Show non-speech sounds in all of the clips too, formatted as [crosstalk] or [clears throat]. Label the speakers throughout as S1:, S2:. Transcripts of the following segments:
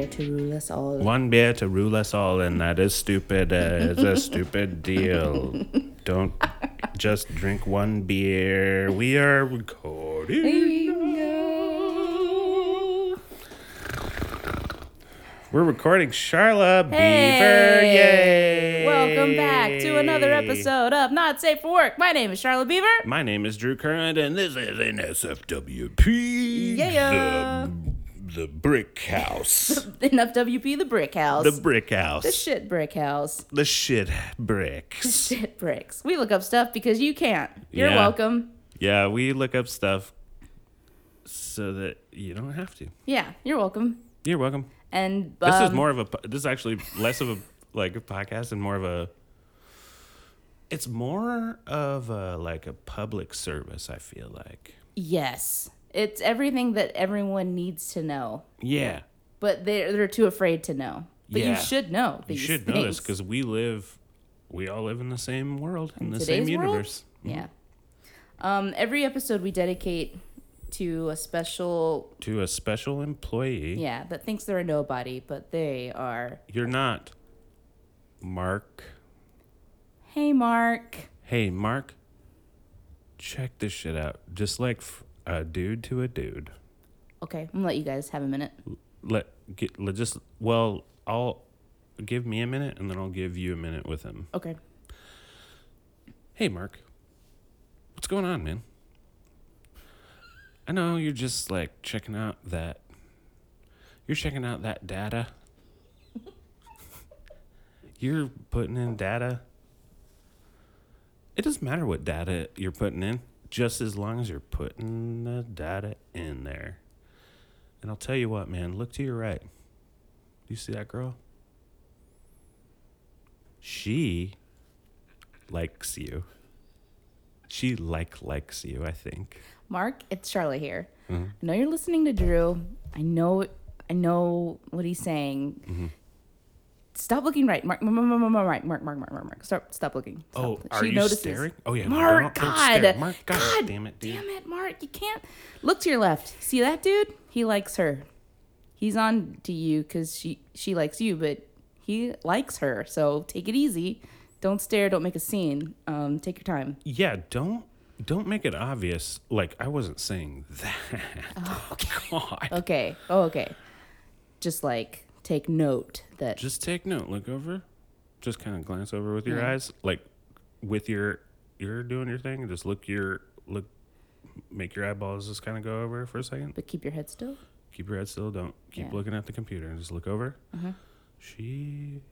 S1: us all.
S2: One beer to rule us all, and that is stupid. Uh, it's a stupid deal. Don't just drink one beer. We are recording. We're recording Charla Beaver.
S1: Hey!
S2: Yay!
S1: Welcome back to another episode of Not Safe for Work. My name is Charlotte Beaver. [laughs]
S2: My name is Drew Current, and this is NSFWP.
S1: Yeah.
S2: The, the Brick House.
S1: Enough WP the Brick House.
S2: the Brick House.
S1: The shit brick house. [laughs]
S2: the shit bricks.
S1: Shit bricks. We look up stuff because you can't. You're
S2: Yeah.
S1: welcome.
S2: Yeah, we look up stuff so that you don't have to.
S1: Yeah, you're welcome.
S2: You're welcome.
S1: And
S2: This is
S1: um,
S2: more of a. po- This is actually less of a like a podcast and more of a. It's more of a like a public service. I feel like.
S1: Yes, it's everything that everyone needs to know,
S2: Yeah,
S1: but they're they're too afraid to know. But
S2: Yeah.
S1: you should know.
S2: you
S1: These
S2: should
S1: things.
S2: know this because we live, we all live in the same world in, the same
S1: today's world?
S2: universe.
S1: Yeah. Um, every episode we dedicate to a special,
S2: To a special employee,
S1: yeah, that thinks they're a nobody, but they are.
S2: you're not. Mark,
S1: Hey, Mark.
S2: hey Mark, check this shit out. Just like f- a dude to a dude.
S1: Okay, I'm gonna let you guys have a minute.
S2: let get let just well i'll give me a minute and then i'll give you a minute with him
S1: Okay.
S2: hey mark what's going on man i know you're just like checking out that you're checking out that data you're putting in data it doesn't matter what data you're putting in just as long as you're putting the data in there and i'll tell you what man look to your right you see that girl she likes you. She like likes you, I think.
S1: Mark, it's Charlotte here.
S2: Mm-hmm.
S1: I know you're listening to Drew. I know, I know what he's saying.
S2: Mm-hmm.
S1: Stop looking right, Mark. Mark, Mark, Mark, Mark, Mark, Mark, Mark, Mark, Mark. Stop, stop looking. Stop.
S2: Oh,
S1: looking.
S2: are
S1: She
S2: you
S1: notices.
S2: staring? Oh yeah, no, don't-
S1: Mark,
S2: don't
S1: God,
S2: stare. Mark, God, damn it, dude.
S1: damn it, Mark. You can't look to your left. See that dude? He likes her. He's on to you because she she likes you, but he likes her. So take it easy. Don't stare. Don't make a scene. Um, take your time.
S2: Yeah, don't don't make it obvious. Like I wasn't saying that. [laughs] God.
S1: Oh, Okay. Oh, okay. Just like take note that
S2: Just take note. Look over. Just kind of glance over with your eyes, like with your you're doing your thing. Just look your look. Make your eyeballs just kind of go over for a second.
S1: but keep your head still.
S2: Keep your head still. Don't keep
S1: Yeah. Mm-hmm.
S2: looking at the computer and just look over. She,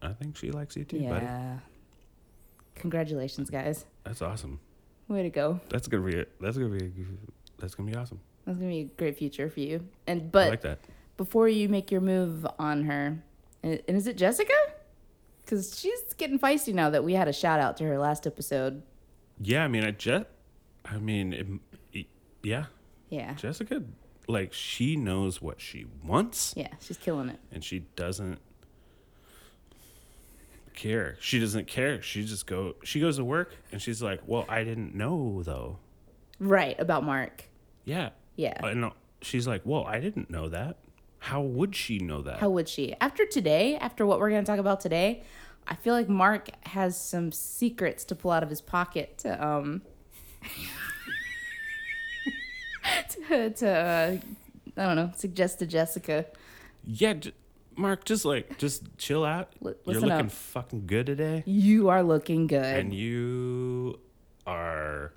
S2: I think she likes you too,
S1: yeah.
S2: buddy.
S1: Congratulations, guys.
S2: That's awesome.
S1: Way to go.
S2: That's gonna be it. That's gonna be. a- That's gonna be awesome.
S1: That's gonna be a great future for you. And but
S2: I like that.
S1: before you make your move on her, and and is it Jessica? Because she's getting feisty now that we had a shout out to her last episode.
S2: Yeah, I mean, I just. I mean, it, it- yeah,
S1: Yeah.
S2: Jessica, like she knows what she wants,
S1: Yeah, she's killing it.
S2: and she doesn't care. She doesn't care. She just go. She goes to work, and she's like, "Well, I didn't know though."
S1: Right about Mark.
S2: Yeah.
S1: Yeah.
S2: And she's like, "Well, I didn't know that. How would she know that?"
S1: How would she? After today, after what we're going to talk about today, I feel like Mark has some secrets to pull out of his pocket to um [laughs] to, to uh, I don't know, suggest to Jessica.
S2: yeah, j- Mark, just like, just chill out.
S1: Li-
S2: You're
S1: listen
S2: looking
S1: up.
S2: fucking good today,
S1: You are looking good.
S2: and you are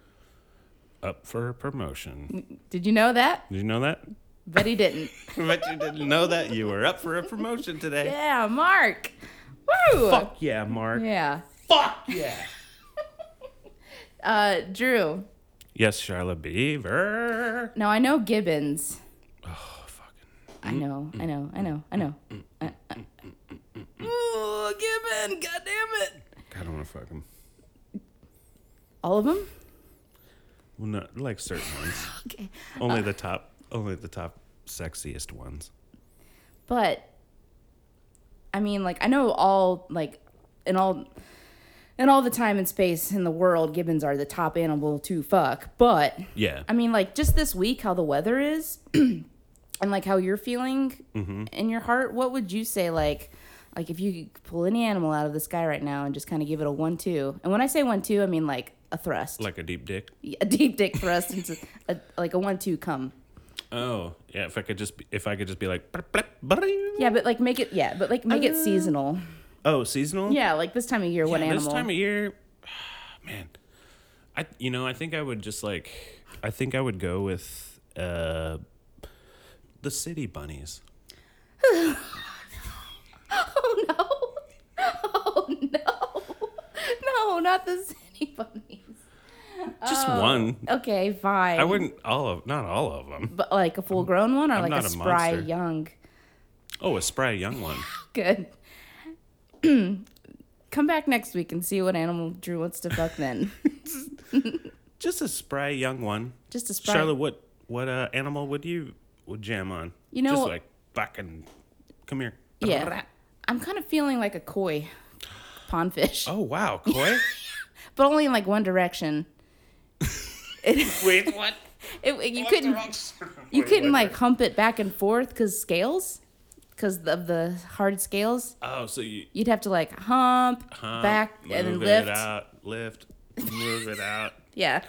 S2: up for a promotion.
S1: Did you know that?
S2: Did you know that?
S1: Bet he didn't.
S2: [laughs]
S1: [laughs]
S2: but you didn't know that you were up for a promotion today.
S1: yeah, Mark. Woo.
S2: Fuck yeah, Mark.
S1: Yeah.
S2: Fuck yeah.
S1: [laughs] Uh, Drew.
S2: yes, Charlotte Beaver.
S1: Now I know Gibbons.
S2: Oh, fucking.
S1: I know, I know, I know, I know. I, I, Ooh, Gibbon, goddamn it!
S2: God, I don't want to fuck him.
S1: All of them?
S2: Well, no, like certain ones.
S1: Okay.
S2: Only the top. Only the top sexiest ones.
S1: But I mean, like I know all like in all in all the time and space in the world, gibbons are the top animal to fuck. But
S2: Yeah.
S1: I mean, like just this week, how the weather is. [clears throat] and like how you're feeling
S2: Mm-hmm.
S1: in your heart, what would you say like like if you could pull any animal out of the sky right now and just kind of give it a one two? And when I say one two, I mean like a thrust,
S2: Like a deep dick.
S1: a deep dick thrust into a, like a one two come.
S2: Oh, yeah. If I could just, be, if I could just be like, "Blip, blip, bling."
S1: Yeah, but like make it yeah, but like make it seasonal.
S2: oh, seasonal.
S1: Yeah, like this time of year, what
S2: Uh. Yeah,
S1: animal?
S2: This
S1: [laughs]
S2: time of year, [sighs] man, I you know I think I would just like I think I would go with uh the city bunnies.
S1: oh no! [laughs] Oh no! No, not the city bunnies.
S2: Just
S1: Oh.
S2: one.
S1: Okay, fine.
S2: I wouldn't all of not all of them.
S1: But like a full grown one or like
S2: not
S1: a
S2: a
S1: spry
S2: monster.
S1: young.
S2: Oh, a spry young one.
S1: Good. [clears throat] Come back next week and see what animal Drew wants to fuck
S2: [laughs]
S1: then.
S2: Just a spry young one.
S1: Just a spry.
S2: Charlotte, what what uh, animal would you would jam on?
S1: You know-
S2: just like fucking come here.
S1: Yeah. I'm kind of feeling like a koi pond fish,
S2: Oh wow, koi.
S1: [laughs] but only in like one direction.
S2: [laughs] Wait, what?
S1: It, it- you couldn't [laughs] you couldn't like hump it back and forth because scales, because of the hard scales.
S2: [laughs] Oh, so you
S1: You'd have to like hump,
S2: uh,
S1: back and then
S2: move
S1: lift.
S2: it out, lift, move it out.
S1: Yeah.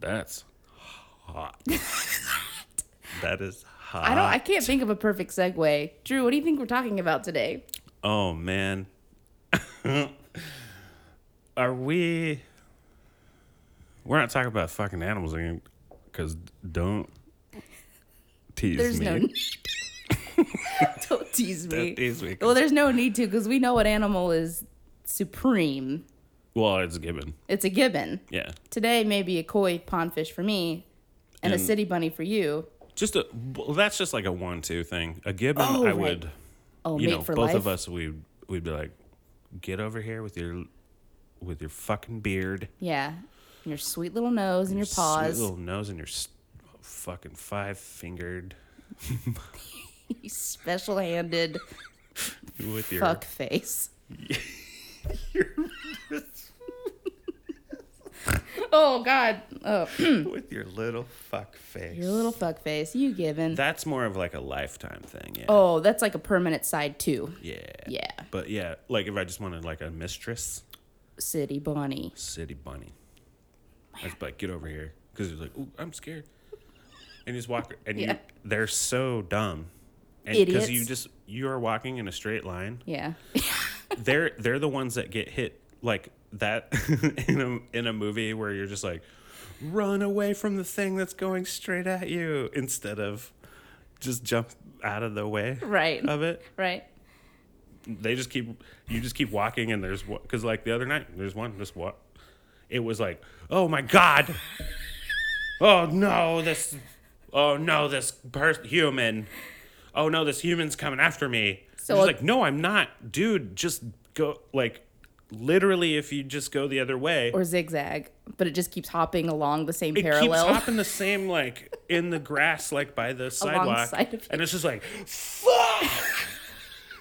S2: That's
S1: [laughs]
S2: hot. that is hot.
S1: I don't. I can't think of a perfect segue. Drew, what do you think we're talking about today?
S2: oh man. [laughs] Are we? We're not talking about fucking animals again, because don't tease
S1: There's
S2: me.
S1: no need. [laughs] Don't tease me.
S2: Don't tease me.
S1: Well, there's no need to because we know what animal is supreme.
S2: Well, it's given.
S1: It's a given.
S2: Yeah,
S1: Today, maybe a koi pondfish for me and, a
S2: And-
S1: city bunny for you.
S2: just a. Well, that's just like a one-two thing. A gibbon,
S1: Oh,
S2: I
S1: right.
S2: would.
S1: Oh,
S2: You
S1: mate
S2: know,
S1: for
S2: both
S1: life.
S2: of us, we would we'd be like, get over here with your, with your fucking beard.
S1: Yeah. And your sweet little nose and your
S2: Sweet
S1: paws.
S2: little nose, and your s- fucking five fingered
S1: [laughs] You special handed
S2: with your [laughs]
S1: fuck face. oh, God. Oh,
S2: with your little fuck face.
S1: your little fuck face. You given.
S2: That's more of like a lifetime thing. Yeah.
S1: oh, that's like a permanent side, too.
S2: Yeah.
S1: Yeah.
S2: But yeah, like if I just wanted like a mistress,
S1: City bunny.
S2: city bunny. I just be like get over here because he's like, ooh, I'm scared, and you just walk. And
S1: Yeah.
S2: you, they're so dumb. And Because you
S1: Idiots.
S2: just you are walking in a straight line.
S1: Yeah. [laughs]
S2: they're they're the ones that get hit like that [laughs] in a in a movie where you're just like run away from the thing that's going straight at you instead of just jump out of the way
S1: Right.
S2: of it
S1: Right.
S2: they just keep you just keep walking and there's what because like the other night there's one just what it was like oh my god oh no this oh no this person human oh no this human's coming after me
S1: So-
S2: so like no i'm not dude just go like literally if you just go the other way
S1: Or zigzag, but it just keeps hopping along the same
S2: it keeps
S1: parallel.
S2: hopping the same like in the grass like by the sidewalk
S1: Alongside of
S2: and it's just like fuck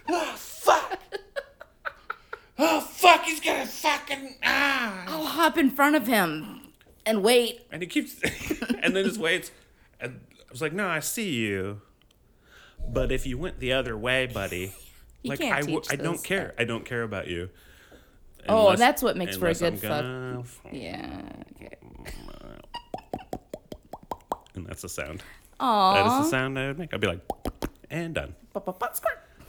S2: oh fuck oh fuck he's gonna fucking ah
S1: I'll [laughs] hop in front of him and wait.
S2: and he keeps [laughs] and then just waits and i was like no i see you but if you went the other way buddy
S1: [laughs] You
S2: like
S1: can't
S2: I, w-
S1: teach
S2: I don't
S1: those
S2: care i don't care about you
S1: Oh, that's what makes for a
S2: unless I'm
S1: good fuck.
S2: gonna fuck.
S1: Yeah. Okay.
S2: and that's the sound that is
S1: Aww.
S2: the sound i would make i'd be like and done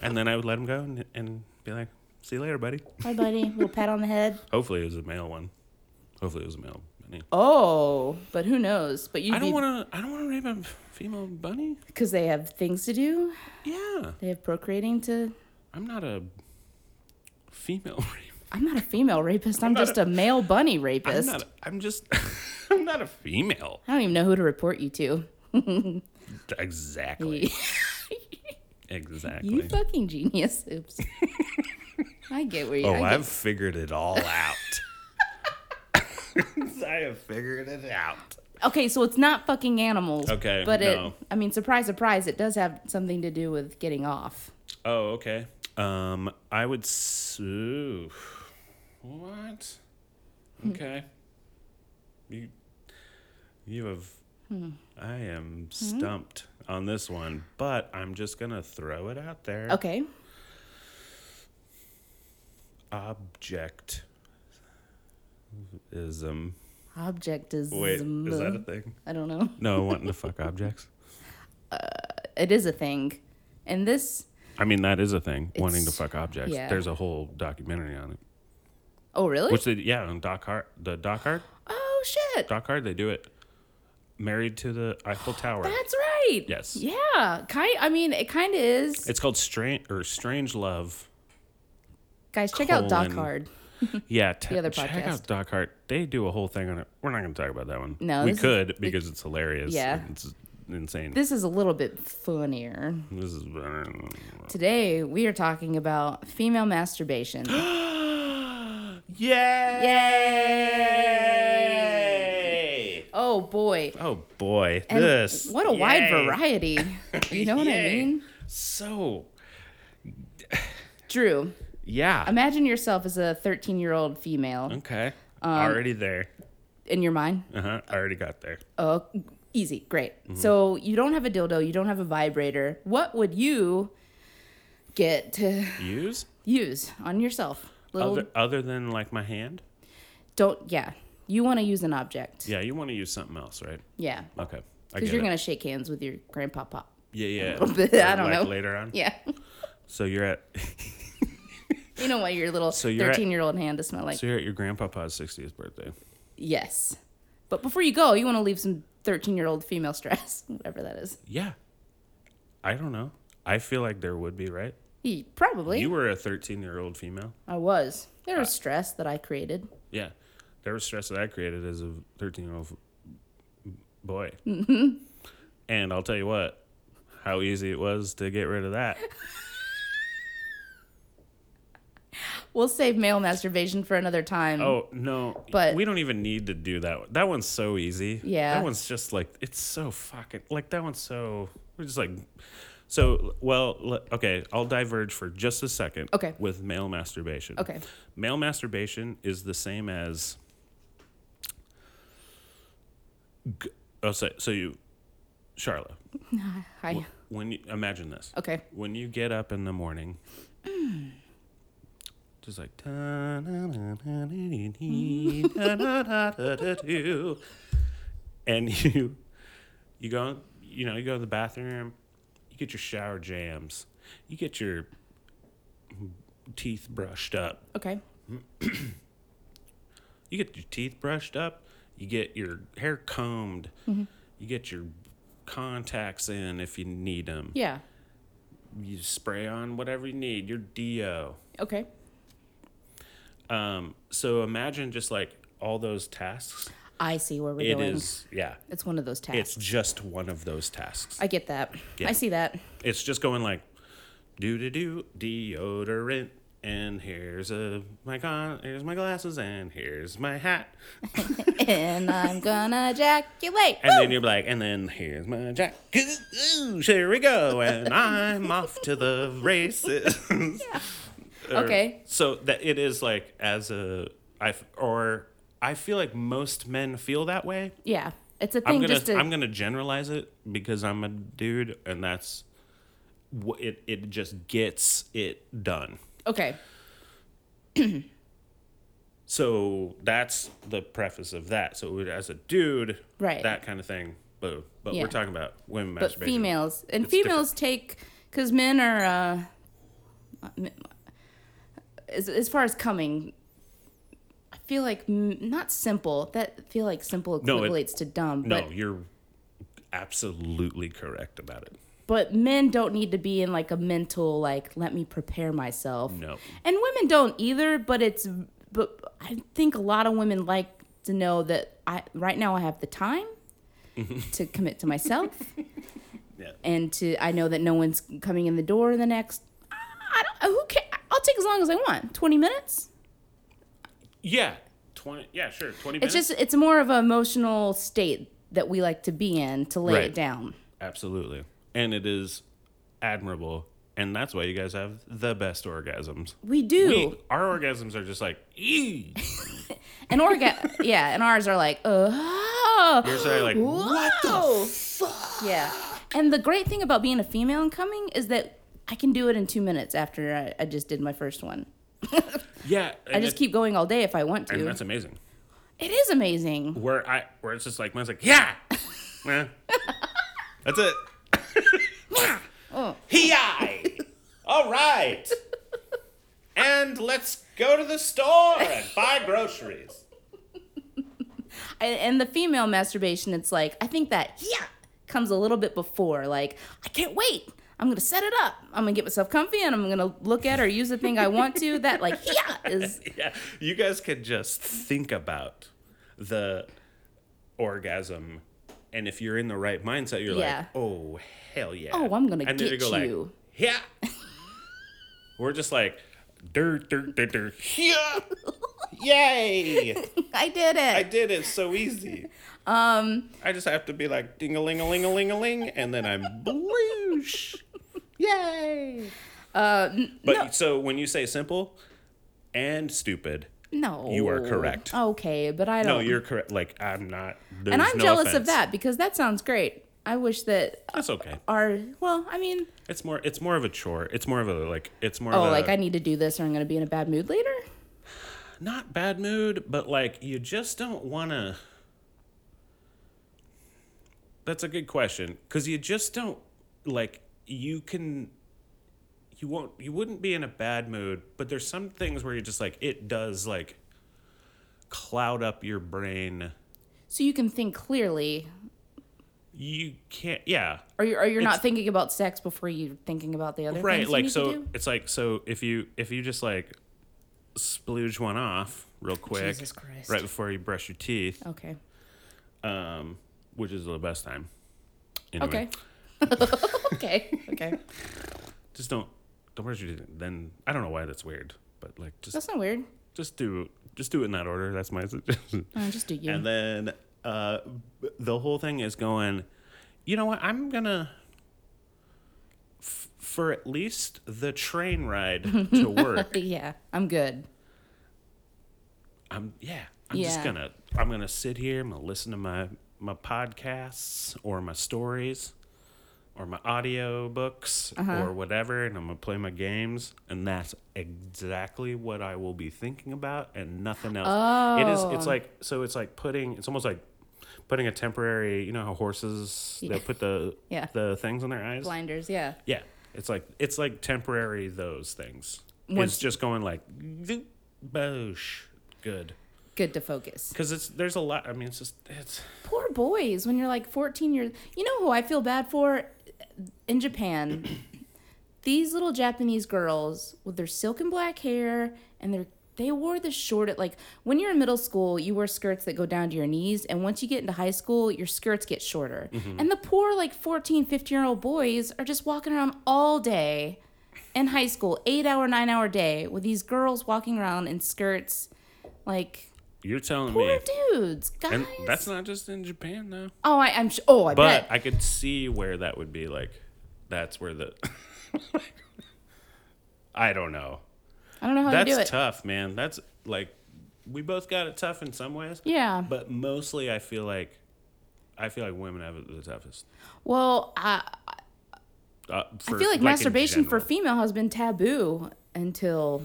S2: And then I would let him go and, and be like, see you later, buddy.
S1: Hi, buddy. Little pat on the head.
S2: Hopefully it was a male one. Hopefully it was a male bunny.
S1: Oh, but who knows? But you
S2: I don't want to. I don't want to rape a female bunny.
S1: because they have things to do.
S2: Yeah,
S1: They have procreating to.
S2: I'm not a female [laughs] rape.
S1: I'm not a female rapist. I'm, just a, male bunny
S2: I'm
S1: rapist.
S2: not. A, I'm just. [laughs] I'm not a female.
S1: I don't even know who to report you to. [laughs]
S2: Exactly. Exactly.
S1: You fucking genius.
S2: [laughs]
S1: Oops. I get where you.
S2: oh,
S1: I get-
S2: I've figured it all
S1: [laughs]
S2: out. [laughs] I have figured it out.
S1: Okay, so it's not fucking animals.
S2: Okay,
S1: But it,
S2: no.
S1: I mean, surprise, surprise, it does have something to do with getting off.
S2: Oh, okay. Um, I would. s- Ooh.
S1: Hmm.
S2: What? Okay. You. You have
S1: Hmm.
S2: I am stumped on this one, but I'm just going to throw it out there.
S1: Okay.
S2: Objectism.
S1: Objectism.
S2: Wait, is that a thing?
S1: I don't know. [laughs]
S2: No, wanting to fuck objects.
S1: It is a thing. And this
S2: I mean, that is a thing, wanting to
S1: It's-
S2: fuck objects.
S1: yeah.
S2: There's a whole documentary on it.
S1: Oh really?
S2: Which they, yeah, on Doc Hart, the Doc Hart,
S1: oh shit.
S2: Doc Hart, they do it. Married to the Eiffel
S1: [gasps]
S2: Tower.
S1: That's right.
S2: Yes.
S1: Yeah. Kind I mean it kinda is.
S2: It's called Strange or Strange
S1: [laughs]
S2: Love.
S1: Guys, check out Doc
S2: colon.
S1: Hard.
S2: Yeah, t-
S1: The other
S2: check out
S1: podcast.
S2: Doc Hart. They do a whole thing on it. We're not going to talk about that one.
S1: No,
S2: we
S1: this is-
S2: could because it's hilarious.
S1: Yeah.
S2: and it's insane. This,
S1: This is a little bit funnier.
S2: is
S1: [gasps]
S2: [gasps]
S1: Today we are talking about
S2: [gasps]
S1: female masturbation.
S2: yay!
S1: oh boy.
S2: Oh boy,
S1: And
S2: this
S1: What a wide
S2: Yay.
S1: variety. You know what
S2: [laughs]
S1: I
S2: Yay.
S1: mean?
S2: So
S1: Drew,
S2: yeah,
S1: imagine yourself as a 13 year old female
S2: okay,
S1: um,
S2: already there.
S1: in your mind.
S2: Uh huh. I already got there.
S1: Oh, easy. Great.
S2: Mm-hmm.
S1: So you don't have a dildo, you don't have a vibrator. What would you get to
S2: Use
S1: use on yourself? Little,
S2: other other than like my hand.
S1: don't, yeah. You want to use an object.
S2: Yeah, you want to use something else, right?
S1: Yeah.
S2: Okay, I
S1: Because
S2: get
S1: you're
S2: it.
S1: going to shake hands with your grandpa pop.
S2: yeah,
S1: [laughs]
S2: yeah.
S1: bit, I don't
S2: like
S1: know.
S2: Later on.
S1: Yeah. [laughs]
S2: So you're at [laughs]
S1: you know what your little
S2: So you're at-
S1: 13 year old hand to smell like.
S2: so you're at your grandpapa's 60th birthday.
S1: yes. But before you go, you want to leave some 13 year old female [laughs] stress, whatever that is.
S2: Yeah. I don't know. I feel like there would be, right?
S1: He, probably.
S2: You Uh, were a 13 year old female.
S1: I was. There was stress that I created.
S2: Yeah. There was stress that I created as a 13 year old boy.
S1: Mm-hmm.
S2: And I'll tell you what, how easy it was to get rid of that.
S1: We'll save male masturbation for another time.
S2: Oh, no.
S1: But-
S2: we don't even need to do that. one. That one's so easy.
S1: Yeah.
S2: That one's just like, it's so fucking, like, that one's so, we're just like, so, well, le- okay, I'll diverge for just a second.
S1: Okay.
S2: With male masturbation.
S1: Okay.
S2: Male masturbation is the same as. G- oh, so, so you, Charlotte,
S1: Hi.
S2: when you imagine this,
S1: Okay.
S2: when you get up in the morning, just like "Ta-na-na-na-na-na-na-na-na-na-na-na-na-na-na-na-na-na-na-na-na-na-na-na-na-na-na-na-na-na-na-na." and [laughs] you you go you know you go to the bathroom you get your shower jams you get your teeth brushed up
S1: Okay.
S2: you get your teeth brushed up, you get your hair combed, you get your contacts in if you need them,
S1: Yeah.
S2: you spray on whatever you need, your DO.
S1: Okay.
S2: Um, so imagine just like all those tasks.
S1: I see where we're
S2: It
S1: going.
S2: is, yeah,
S1: It's one of those tasks.
S2: it's just one of those tasks.
S1: I get that.
S2: Yeah.
S1: I see that.
S2: It's just going like do do do deodorant. And here's a my con here's my glasses and here's my hat.
S1: and I'm gonna ejaculate.
S2: And then you're like, and then here's my jack. Ooh, here we go, and I'm off to the races. Or-
S1: Okay.
S2: So that it is like as a I f- or I feel like most men feel that way.
S1: yeah. It's a
S2: I'm
S1: thing
S2: gonna
S1: just to.
S2: I'm gonna generalize it because I'm a dude, and that's wh- it. It just gets it done.
S1: okay.
S2: So that's the preface of that. So as a dude,
S1: Right.
S2: that kind of thing. But but
S1: Yeah.
S2: we're talking about women
S1: But
S2: masturbation.
S1: females. And
S2: It's
S1: females take. Because men are. Uh, as, as far as coming. I feel like m- not simple. That I feel like simple
S2: No, it-
S1: equates to dumb.
S2: No,
S1: But
S2: you're absolutely correct about it.
S1: but men don't need to be in like a mental like let me prepare myself
S2: No.
S1: and women don't either but it's but i think a lot of women like to know that i right now i have
S2: [laughs]
S1: the time to commit to myself
S2: Yeah.
S1: and to i know that no one's coming in the door in the next i don't who can i'll take as long as i want 20 minutes
S2: Yeah. Twenty. Yeah, sure. Twenty
S1: it's
S2: minutes.
S1: just it's more of an emotional state that we like to be in to lay
S2: Right.
S1: it down
S2: Absolutely, and it is admirable, and that's why you guys have the best orgasms.
S1: we do
S2: We, our orgasms are just like, "Ee."
S1: [laughs] and orga yeah and ours are like oh oh.
S2: Yours are like,
S1: [gasps] What the Yeah. And the great thing about being a female and coming is that I can do it in two minutes after I, I just did my first one.
S2: yeah.
S1: I just keep going all day if I want
S2: And
S1: to.
S2: that's amazing.
S1: It is amazing.
S2: Where I where it's just like mine's like
S1: [laughs]
S2: yeah, Eh. that's it. [laughs]
S1: Oh.
S2: Hi. All
S1: [laughs]
S2: right. And let's go to the store and buy groceries.
S1: And, and the female masturbation, it's like, I think that, yeah, comes a little bit before. Like, I can't wait. I'm going to set it up. I'm going to get myself comfy and I'm going to look at or use the thing I want to.
S2: [laughs]
S1: That, like, yeah, is
S2: Yeah, you guys could just think about the orgasm, and if you're in the right mindset, you're
S1: Yeah.
S2: like, oh hell yeah.
S1: Oh, I'm gonna
S2: and then
S1: get
S2: go like,
S1: you.
S2: yeah. We're just like, dur dur dur dur. Yeah. Yay!
S1: I did it.
S2: I did it so easy. Um, I just have to be like ding a ling a ling a ling a ling, and then I'm bloosh. Yay! Uh, but so when you say simple and stupid,
S1: no.
S2: You are correct.
S1: Okay, but I don't.
S2: no, you're correct. Like I'm not.
S1: and
S2: there's
S1: I'm
S2: no
S1: jealous of
S2: offense.
S1: that because that sounds great. I wish that
S2: That's okay.
S1: our, well, I mean,
S2: It's more. It's more of a chore. It's more of a like. It's more.
S1: oh,
S2: of a,
S1: like I need to do this or I'm going to be in a bad mood later?
S2: not bad mood, but like you just don't want to. That's a good question because you just don't like you can. You won't. You wouldn't be in a bad mood, but there's some things where you're just like it does like cloud up your brain.
S1: So you can think clearly
S2: You can't. Yeah,
S1: or you're, or you're not thinking about sex before you're thinking about the other
S2: right.
S1: things you
S2: Like
S1: need to
S2: so,
S1: do.
S2: it's like so if you if you just like splooge one off real quick
S1: Jesus Christ.
S2: right before you brush your teeth,
S1: Okay.
S2: um, which is the best time. Anyway.
S1: Okay. [laughs] okay. Okay.
S2: just don't don't brush your teeth. Then I don't know why that's weird, but like just
S1: That's not weird.
S2: just do just do it in that order. That's my [laughs] suggestion.
S1: No, just do you.
S2: And then uh, b- the whole thing is going. You know what? I'm gonna f- for at least the train ride
S1: [laughs]
S2: to work.
S1: yeah, I'm good.
S2: I'm yeah. I'm just
S1: Yeah.
S2: gonna I'm gonna sit here. I'm gonna listen to my my podcasts or my stories or my audio books
S1: Uh-huh.
S2: or whatever, and I'm gonna play my games, and that's exactly what I will be thinking about and nothing else. It is.
S1: Oh.
S2: It's like so. It's like putting. It's almost like putting a temporary. You know how horses they put the
S1: Yeah.
S2: the things on their eyes.
S1: Blinders, yeah.
S2: Yeah. It's like it's like temporary those things.
S1: Once-
S2: it's just going like zoop, boosh. Good
S1: Good to focus.
S2: because it's there's a lot. I mean, it's just it's
S1: Poor boys when you're like 14 years. You know who I feel bad for
S2: [clears throat]
S1: in Japan? These little Japanese girls with their silken black hair and their they wore the short at like when you're in middle school you wear skirts that go down to your knees and once you get into high school your skirts get shorter
S2: Mm-hmm.
S1: and the poor like 14 15 year old boys are just walking around all day in high school eight hour nine hour day with these girls walking around in skirts like
S2: you're telling
S1: poor
S2: me,
S1: dudes guys
S2: and that's not just in Japan though.
S1: Oh, I, I'm. Sh- oh, I
S2: But
S1: bet.
S2: I could see where that would be like. That's where the. [laughs] I don't know.
S1: I don't know how to do
S2: That's
S1: it.
S2: tough, man. That's like we both got it tough in some ways.
S1: Yeah.
S2: But mostly, I feel like, I feel like women have it the toughest.
S1: well, I,
S2: Uh, for,
S1: I feel like,
S2: in
S1: masturbation for
S2: general.
S1: female has been taboo until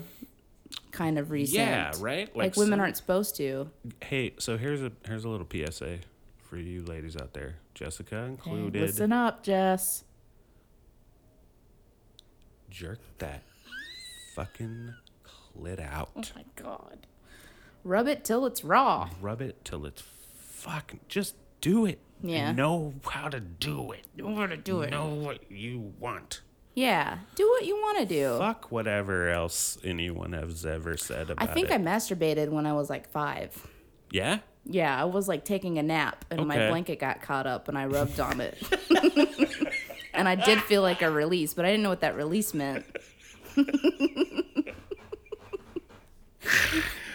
S1: kind of recent.
S2: Yeah, right? Like
S1: Like, women
S2: some-
S1: aren't supposed to.
S2: Hey, so here's a here's a little PSA for you ladies out there, Jessica
S1: Okay,
S2: included.
S1: listen up, Jess.
S2: jerk that fucking clit out.
S1: My God. Rub it till it's raw.
S2: Rub it till it's fucking. Just do it. You
S1: Yeah.
S2: Know how to do it.
S1: You want to do it?
S2: Know what you want.
S1: Yeah. Do what you want to do.
S2: Fuck whatever else anyone has ever said
S1: I
S2: about
S1: think
S2: it.
S1: I masturbated when I was like five.
S2: yeah.
S1: Yeah, I was like taking a nap and my
S2: Okay.
S1: blanket got caught up
S2: [laughs]
S1: and I rubbed on it. and I did feel like a release, but I didn't know what that
S2: [laughs]
S1: release meant.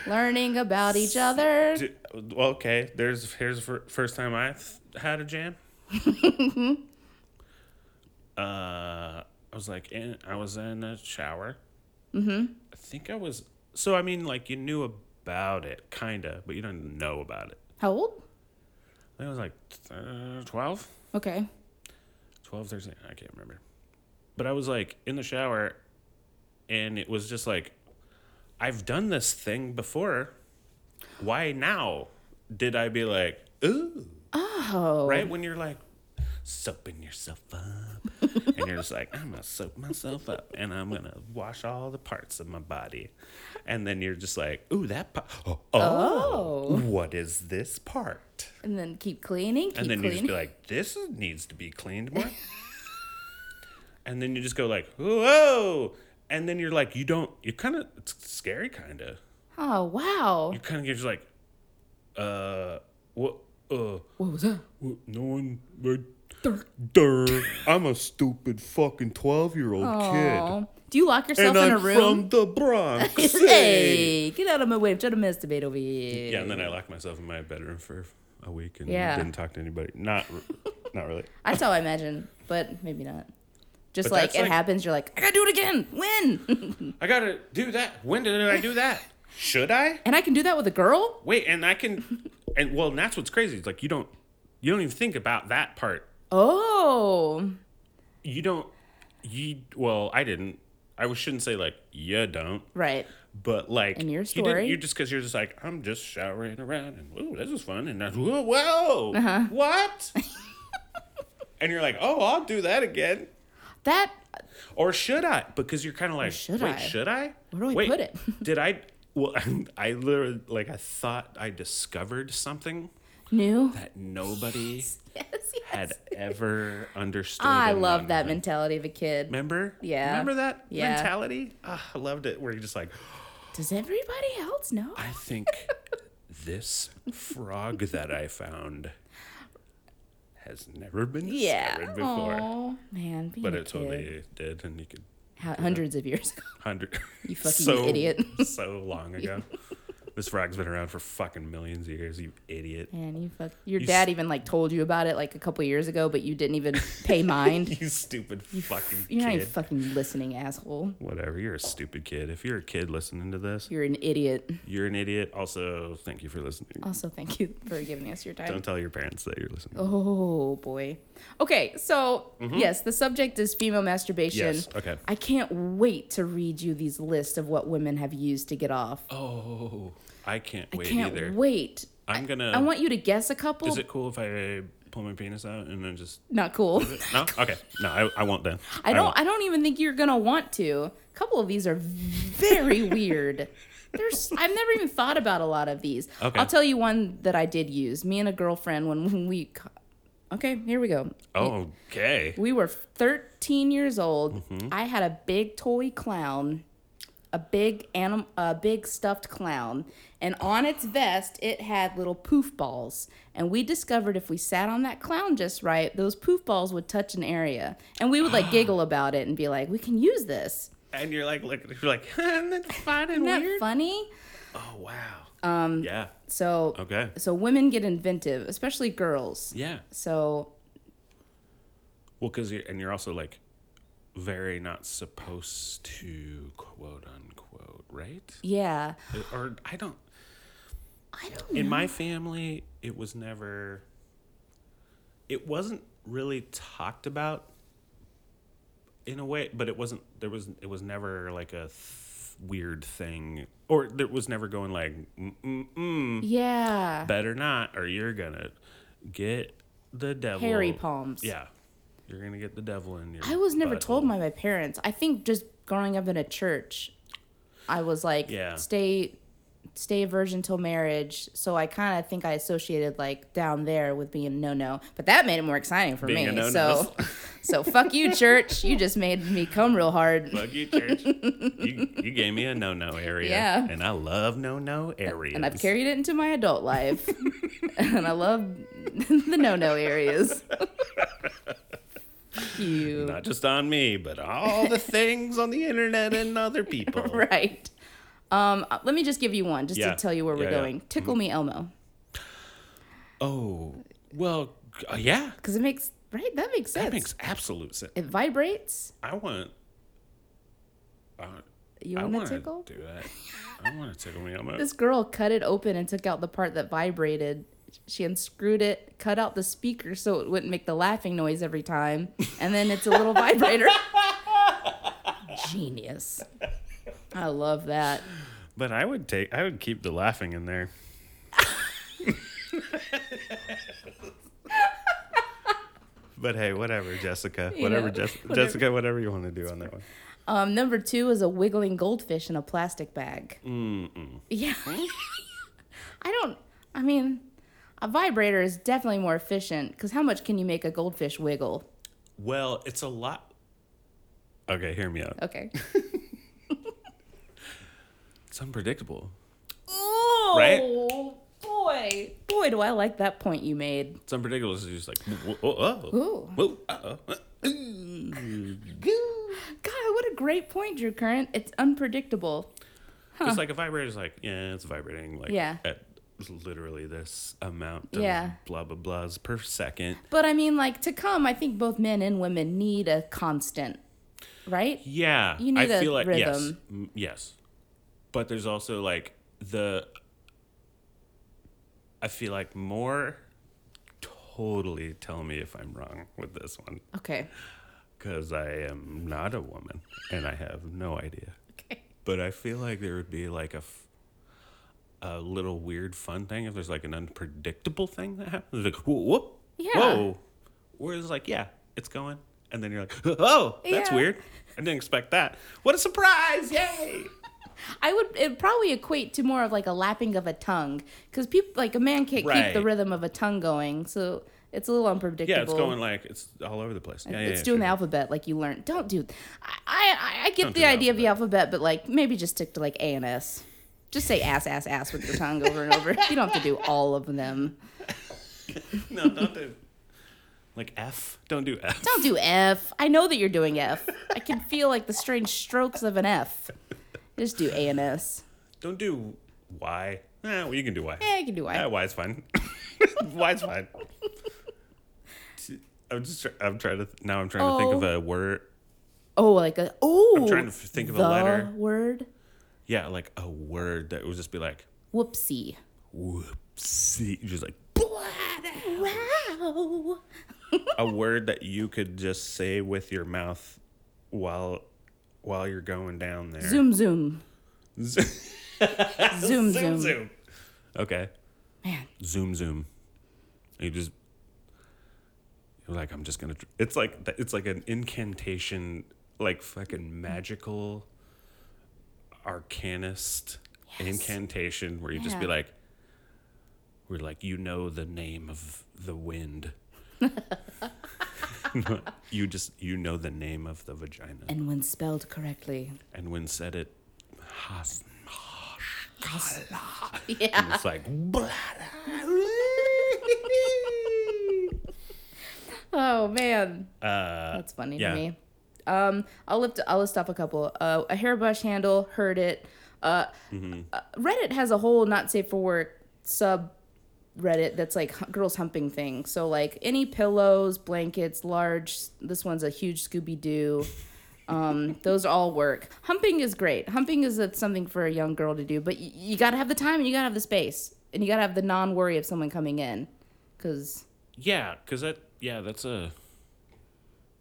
S1: Learning about
S2: [laughs]
S1: each other.
S2: D- well, okay. There's here's the fir- first time I've had a jam. uh, I was like in. I was in a shower. Mm-hmm. I think I was. So I mean, like you knew about it, kinda, but you don't know about it.
S1: How old?
S2: I think it was like uh, 12,
S1: Okay.
S2: 12, 13. I can't remember. But I was like in the shower and it was just like, I've done this thing before. Why now did I be like, ooh?
S1: Oh.
S2: Right? When you're like, soaping yourself up. and you're just like, I'm going to soap myself up and I'm going to wash all the parts of my body. And then you're just like, ooh, that part. Oh,
S1: Oh.
S2: What is this part?
S1: And then keep cleaning. Keep
S2: and then you just
S1: cleaning.
S2: be like, "This is- needs to be cleaned
S1: [laughs]
S2: more." and then you just go like, "Whoa!" And then you're like, you don't. You kind of it's scary, kind of.
S1: oh wow.
S2: You kind of just like, uh, what? Uh,
S1: What was that?
S2: what, no one. Uh, Durr. I'm a stupid fucking twelve year old kid,
S1: Aw. Do you lock yourself
S2: and
S1: in
S2: I'm
S1: a room? [laughs]
S2: from the Bronx. hey.
S1: hey, get out of my way! I'm trying to masturbate over here.
S2: Yeah, and then I locked myself in my bedroom for a week and
S1: Yeah.
S2: didn't talk to anybody. Not,
S1: [laughs]
S2: re- not really.
S1: That's how I imagine, but maybe not. Just
S2: But
S1: like
S2: that's
S1: it
S2: like-
S1: happens, you're like, I gotta do it again. When?
S2: I gotta do that. When did I do that? Should I?
S1: [laughs] and I can do that with a girl.
S2: Wait, and I can, and well, and that's what's crazy. It's like you don't, you don't even think about that part.
S1: Oh,
S2: You don't, you. Well, I didn't. I shouldn't say like you don't,
S1: right.
S2: but like
S1: In your
S2: you didn't-
S1: story?
S2: you just because you're just like I'm just showering around and ooh, this is fun and I, whoa, whoa,
S1: Uh-huh. [laughs]
S2: what? and you're like, oh, I'll do that again,
S1: That uh,
S2: or should I? Because you're kind of like,
S1: should
S2: wait,
S1: I?
S2: should I?
S1: Where do I
S2: Wait,
S1: put it? [laughs]
S2: did I? Well, [laughs] I literally like I thought I discovered something
S1: new.
S2: that nobody
S1: [laughs] Yes, yes.
S2: had ever understood.
S1: I
S2: and
S1: love
S2: not
S1: that
S2: known.
S1: mentality of a kid.
S2: Remember?
S1: Yeah.
S2: Remember that
S1: Yeah.
S2: mentality? Ah, I loved it. Where you're just like,
S1: Does everybody else know?
S2: I think this frog that I found has never been
S1: Yeah.
S2: discovered before.
S1: Aw, man, being
S2: But
S1: a
S2: it
S1: kid.
S2: totally did, and you could
S1: Ho- hundreds of years [laughs] ago.
S2: hundred.
S1: You fucking idiot.
S2: [laughs] so
S1: [laughs]
S2: long ago. This frog's been around for fucking millions of years. You idiot.
S1: Man, you fuck. Your
S2: You
S1: dad
S2: s-
S1: even like told you about it like a couple years ago, but you
S2: [laughs]
S1: didn't even pay mind.
S2: You stupid fucking
S1: You're not
S2: kid.
S1: even fucking listening, asshole.
S2: Whatever. You're a stupid kid. If you're a kid listening to this,
S1: You're an idiot.
S2: you're an idiot. Also, thank you for listening.
S1: Also, thank you for giving us your time.
S2: Don't tell your parents that you're listening.
S1: Oh boy. Okay, so yes, the subject is female masturbation.
S2: Mm-hmm. Yes, okay.
S1: I can't wait to read you these lists of what women have used to get off.
S2: Oh, I can't
S1: I
S2: wait
S1: can't
S2: either.
S1: wait.
S2: I'm gonna.
S1: I want you to guess a couple.
S2: is it cool if I pull my penis out and then just
S1: Not cool.
S2: [laughs] no? Okay, no, I, I won't then.
S1: [laughs] I don't.
S2: won't.
S1: I don't even think you're gonna want to. A couple of these are very [laughs] weird. There's. I've never even thought about a lot of these.
S2: Okay.
S1: I'll tell you one that I did use. Me and a girlfriend when, when we. co- Okay, here we go.
S2: oh, okay.
S1: We were 13 years old.
S2: Mm-hmm.
S1: I had a big toy clown, a big anim- a big stuffed clown, and on its vest it had little poof balls. And we discovered if we sat on that clown just right, those poof balls would touch an area, and we
S2: [gasps]
S1: would like giggle about it and be like, "We can use this."
S2: And you're like, look, you're like, [laughs] that's fun and
S1: Isn't that
S2: weird.
S1: funny?
S2: Oh wow. Um. Yeah.
S1: So,
S2: Okay.
S1: so women get inventive, especially girls.
S2: Yeah.
S1: So
S2: Well, because you're and you're also like very not supposed to quote unquote, right?
S1: yeah,
S2: Or I don't.
S1: I don't
S2: In my family, it was never. It wasn't really talked about. In a way, but it wasn't. There was. It was never like a th- weird thing, or there was never going like, mm mm mm,
S1: yeah.
S2: better not, or you're gonna get the devil.
S1: Hairy palms.
S2: Yeah, you're gonna get the devil in your.
S1: I was never told
S2: butthole.
S1: by my parents. I think just growing up in a church, I was like,
S2: Yeah.
S1: stay, stay a virgin till marriage. So I kind of think I associated like down there with being a no no, but that made it more exciting for
S2: Being a
S1: me.
S2: no-no. [laughs]
S1: so, so fuck you, church. You just made me come real hard.
S2: Fuck you, church. you, you gave me a no no area.
S1: [laughs] Yeah.
S2: And I love no no areas.
S1: and I've carried it into my adult life. [laughs] and I love [laughs] the no no
S2: [laughs]
S1: areas. Fuck you.
S2: Not just on me, but all
S1: [laughs]
S2: the things on the internet and other people.
S1: right. Um, let me just give you one just
S2: Yeah.
S1: to tell you where
S2: Yeah, Mm-hmm.
S1: we're
S2: yeah.
S1: going. Tickle me Elmo.
S2: Oh, well, uh, yeah.
S1: Because it makes right. That makes sense.
S2: That makes absolute sense.
S1: it vibrates.
S2: I want. Uh,
S1: You
S2: I
S1: want
S2: want
S1: to tickle?
S2: do that. I want to tickle me. I'm a,
S1: This girl cut it open and took out the part that vibrated. she unscrewed it, cut out the speaker so it wouldn't make the laughing noise every time, and then it's
S2: [laughs]
S1: a little vibrator. Genius. I love that.
S2: But I would take I would keep the laughing in there. [laughs] but hey, whatever, Jessica.
S1: You
S2: Whatever,
S1: know,
S2: Jess-
S1: whatever.
S2: Jessica, whatever you want to do on that one.
S1: Um, number two is a wiggling goldfish in a plastic bag.
S2: Mm-mm.
S1: Yeah. [laughs] I don't, I mean, a vibrator is definitely more efficient because how much can you make a goldfish wiggle?
S2: Well, it's a lot Okay, hear me out.
S1: Okay.
S2: It's unpredictable.
S1: Oh,
S2: [laughs] Right?
S1: boy. Boy, do I like that point you made.
S2: It's unpredictable. It's just like whoa, oh, oh,
S1: Ooh.
S2: whoa, uh, oh, uh, ooh.
S1: God, what a great point, Drew Current. It's unpredictable.
S2: It's like a vibrator is like, yeah, it's vibrating like
S1: Yeah.
S2: at literally this amount of
S1: Yeah.
S2: blah blah blahs per second.
S1: But I mean, like, to come, I think both men and women need a constant, right?
S2: Yeah.
S1: You need
S2: I
S1: a
S2: feel like yes.
S1: rhythm.
S2: m- Yes. But there's also like the I feel like more totally tell me if I'm wrong with this one
S1: Okay.
S2: cuz I am not a woman and I have no idea.
S1: [laughs] Okay.
S2: But I feel like there would be like a f- a little weird fun thing if there's like an unpredictable thing that happens like whoop, whoop
S1: Yeah.
S2: whoa where it's like yeah it's going and then you're like oh that's
S1: Yeah.
S2: weird I didn't expect that what a surprise yay
S1: I would it probably equate to more of like a lapping of a tongue because people like a man can't keep the
S2: Right.
S1: rhythm of a tongue going, so it's a little unpredictable.
S2: yeah it's going like it's all over the place yeah, yeah,
S1: it's
S2: yeah,
S1: doing the
S2: sure.
S1: alphabet like you learned. Don't do. I I, I get
S2: Don't do the
S1: the idea of the alphabet, but like maybe just stick to like A and S. Just say ass ass ass with your tongue over and over. You don't have to do all of them.
S2: no don't do like F don't do F
S1: Don't do F. I know that you're doing F. I can feel like the strange strokes of an F. Just do A and S.
S2: don't do Y eh, well you can do Y
S1: Yeah, you can do
S2: Yeah,
S1: I.
S2: Y's fine. [laughs] Y's fine. I'm just. try- I'm trying to. Now I'm trying to think of a word.
S1: Oh, like a oh.
S2: I'm trying to think of a
S1: the
S2: letter.
S1: Word.
S2: Yeah, like a word that would just be like
S1: Whoopsie.
S2: whoopsie, just like
S1: Wow.
S2: a word that you could just say with your mouth while while you're going down there. [laughs]
S1: Zoom zoom. Zoom zoom.
S2: zoom. Okay.
S1: Man.
S2: Zoom zoom. You just you're like I'm just gonna. Tr-. It's like th- it's like an incantation, like fucking magical, arcanist incantation where you just be
S1: Yeah.
S2: like, we're like you know the name of the
S1: [laughs]
S2: wind. you just you know the name of the vagina,
S1: And when spelled correctly.
S2: and when said it, has
S1: Yeah.
S2: and it's like
S1: [laughs] Oh man.
S2: uh,
S1: That's funny
S2: yeah.
S1: to me. Um, I'll lift. I'll list off a couple. Uh, a hairbrush handle. Heard it. Uh,
S2: Mm-hmm.
S1: uh, Reddit has a whole not safe for work sub Reddit that's like hu- girls humping thing. So like any pillows, blankets, large. This one's a huge Scooby Doo. Um, those all work. Humping is great. Humping is uh, something for a young girl to do, but y- you gotta have the time and you gotta have the space and you gotta have the non worry of someone coming in, because
S2: yeah, because that yeah that's a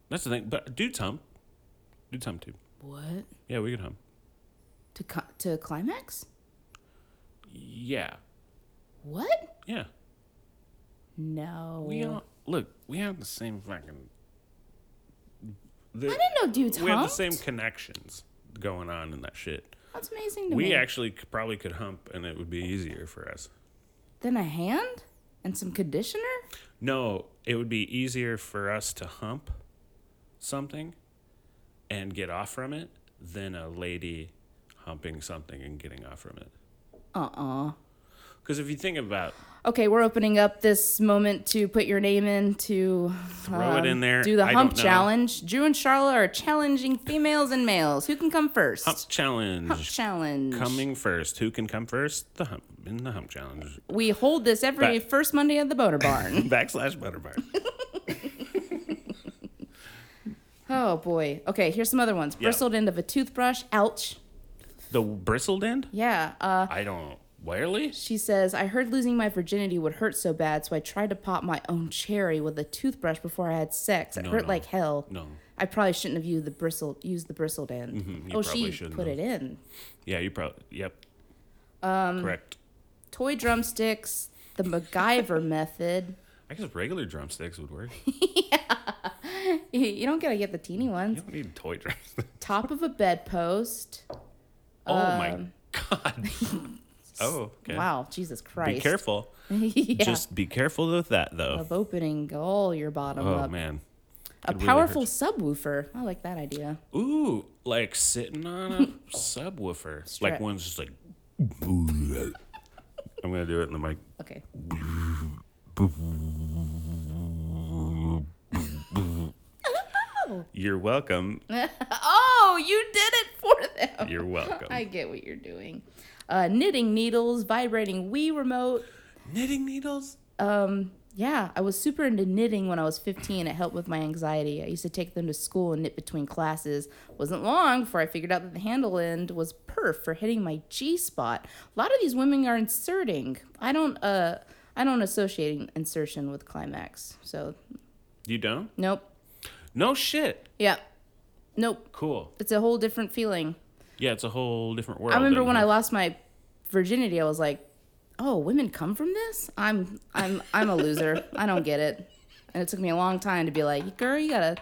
S2: that's the thing. But do hump, do hump too.
S1: what
S2: Yeah, we can hump.
S1: to co- to climax?
S2: Yeah,
S1: What?
S2: yeah.
S1: No.
S2: We all look. We have the same fucking. The,
S1: I didn't know dudes
S2: we have the
S1: humped.
S2: same connections going on in that shit.
S1: That's amazing to
S2: We
S1: me.
S2: actually c- probably could hump, and it would be easier for us.
S1: then a hand and some conditioner?
S2: No, it would be easier for us to hump something and get off from it than a lady humping something and getting off from it.
S1: Uh-uh.
S2: Because if you think about
S1: Okay, we're opening up this moment to put your name in to um,
S2: Throw it in there.
S1: Do the
S2: I don't
S1: hump
S2: know.
S1: challenge. Drew and Charla are challenging females and males. Who can come first?
S2: hump challenge,
S1: Hump challenge.
S2: coming first, who can come first? The hump in the hump challenge
S1: We hold this every
S2: Back.
S1: first Monday at the
S2: [laughs]
S1: Boner Barn.
S2: backslash
S1: [laughs]
S2: butterbar.
S1: oh boy. Okay, here's some other ones. Bristled end of a toothbrush. Ouch.
S2: the bristled end?
S1: Yeah. Uh,
S2: I don't. Really?
S1: She says, I heard losing my virginity would hurt so bad, so I tried to pop my own cherry with a toothbrush before I had sex. It
S2: No,
S1: hurt
S2: no.
S1: like hell.
S2: No.
S1: I probably shouldn't have used the bristle used the bristled end.
S2: Mm-hmm, you
S1: oh,
S2: probably
S1: she
S2: shouldn't
S1: put
S2: have.
S1: it in.
S2: Yeah, you probably. Yep. Um, Correct.
S1: Toy drumsticks,
S2: [laughs]
S1: the MacGyver method. [laughs]
S2: I guess regular drumsticks would work.
S1: You don't gotta get the teeny
S2: You
S1: ones.
S2: don't need toy
S1: [laughs]
S2: drumsticks.
S1: Top of a bedpost.
S2: Oh my
S1: [laughs]
S2: god. oh, okay.
S1: Um, Wow, Jesus Christ.
S2: Be careful.
S1: [laughs] yeah.
S2: Just be careful with that, though.
S1: of opening all your bottom
S2: Oh
S1: up.
S2: man.
S1: A
S2: It really
S1: powerful subwoofer. I like that idea.
S2: Ooh, like sitting on
S1: [laughs]
S2: a subwoofer.
S1: Strap.
S2: Like one's just like. I'm gonna do it in the mic.
S1: Okay. [laughs]
S2: You're welcome.
S1: Oh, you did it for them.
S2: You're welcome.
S1: [laughs] I get what you're doing. Uh, knitting needles, vibrating Wii remote. Um,
S2: Knitting needles.
S1: Yeah, I was super into knitting when I was 15. It helped with my anxiety. I used to take them to school and knit between classes. Wasn't long before I figured out that the handle end was perf for hitting my G spot. A lot of these women are inserting. I don't uh I don't associate insertion with climax. So,
S2: You don't?
S1: nope.
S2: No shit.
S1: Yeah. Nope.
S2: Cool.
S1: It's a whole different feeling.
S2: Yeah, it's a whole different world.
S1: I remember
S2: than
S1: when I
S2: the-
S1: lost my virginity, I was like, "Oh, women come from this? I'm I'm I'm a loser. I don't get it." And it took me a long time to be like, "Girl, you gotta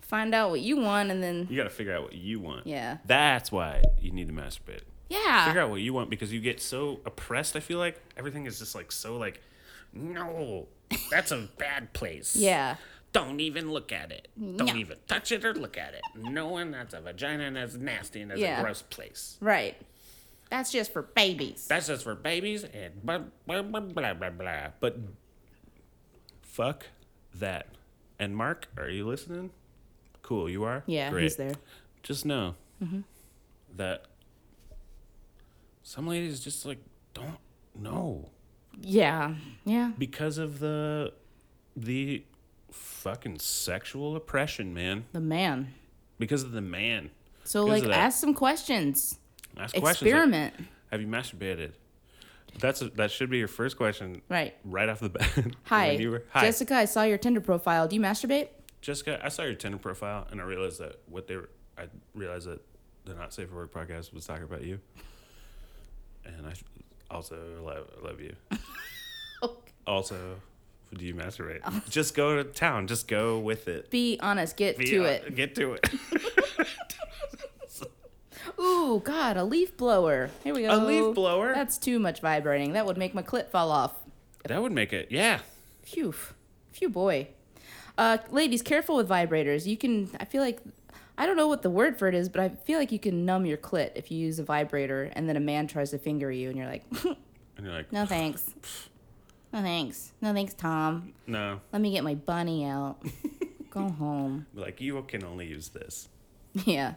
S1: find out what you want, and then
S2: You got to figure out what you want.
S1: Yeah. Ah.
S2: That's why you need to masturbate. Figure
S1: yeah,
S2: out what you want because you get so oppressed. I feel like everything is just like so like, no, that's a bad place.
S1: yeah,
S2: Don't even look at it. Don't
S1: No.
S2: even touch it or look at it. No one. That's a vagina and that's nasty and that's
S1: Yeah.
S2: a gross place.
S1: right. That's just for babies."
S2: That's just for babies and blah blah blah blah blah. blah. But fuck that. And Mark, are you listening? Cool, you are.
S1: Yeah,
S2: Great.
S1: he's there. Mm-hmm.
S2: just know that some ladies just like don't know
S1: Yeah, yeah,
S2: because of the the fucking sexual oppression, man.
S1: the man.
S2: Because of the man.
S1: So
S2: Because
S1: like,
S2: of that.
S1: ask some questions.
S2: Ask questions. like,
S1: Experiment.
S2: Have you masturbated? That's a, that should be your first question
S1: Right.
S2: right off the bat. [laughs]
S1: Hi.
S2: When you were- hi,
S1: Jessica. I saw your Tinder profile. Do you masturbate?
S2: Jessica. I saw your Tinder profile and I realized that what they were. I realized that the Not Safe for Work podcast was talking about you. And I also love, love you. Also, do you masturbate?
S1: Oh.
S2: Just go to town. Just go with it.
S1: Be honest. Get
S2: Be
S1: to
S2: hon-
S1: it.
S2: Get to
S1: [laughs]
S2: it.
S1: Ooh, God, a leaf blower. Here we go.
S2: A leaf blower?
S1: That's too much vibrating. That would make my clit fall off.
S2: that would make it. Yeah.
S1: Phew. Phew, boy. Uh, ladies, careful with vibrators. You can, I feel like, I don't know what the word for it is, but I feel like you can numb your clit if you use a vibrator and then a man tries to finger you and you're like, [laughs]
S2: And you're like, no.
S1: no thanks. No thanks. No thanks, Tom. Let me get my
S2: [laughs]
S1: bunny out. go home.
S2: Like, you can only use this. [laughs]
S1: [laughs] Yeah.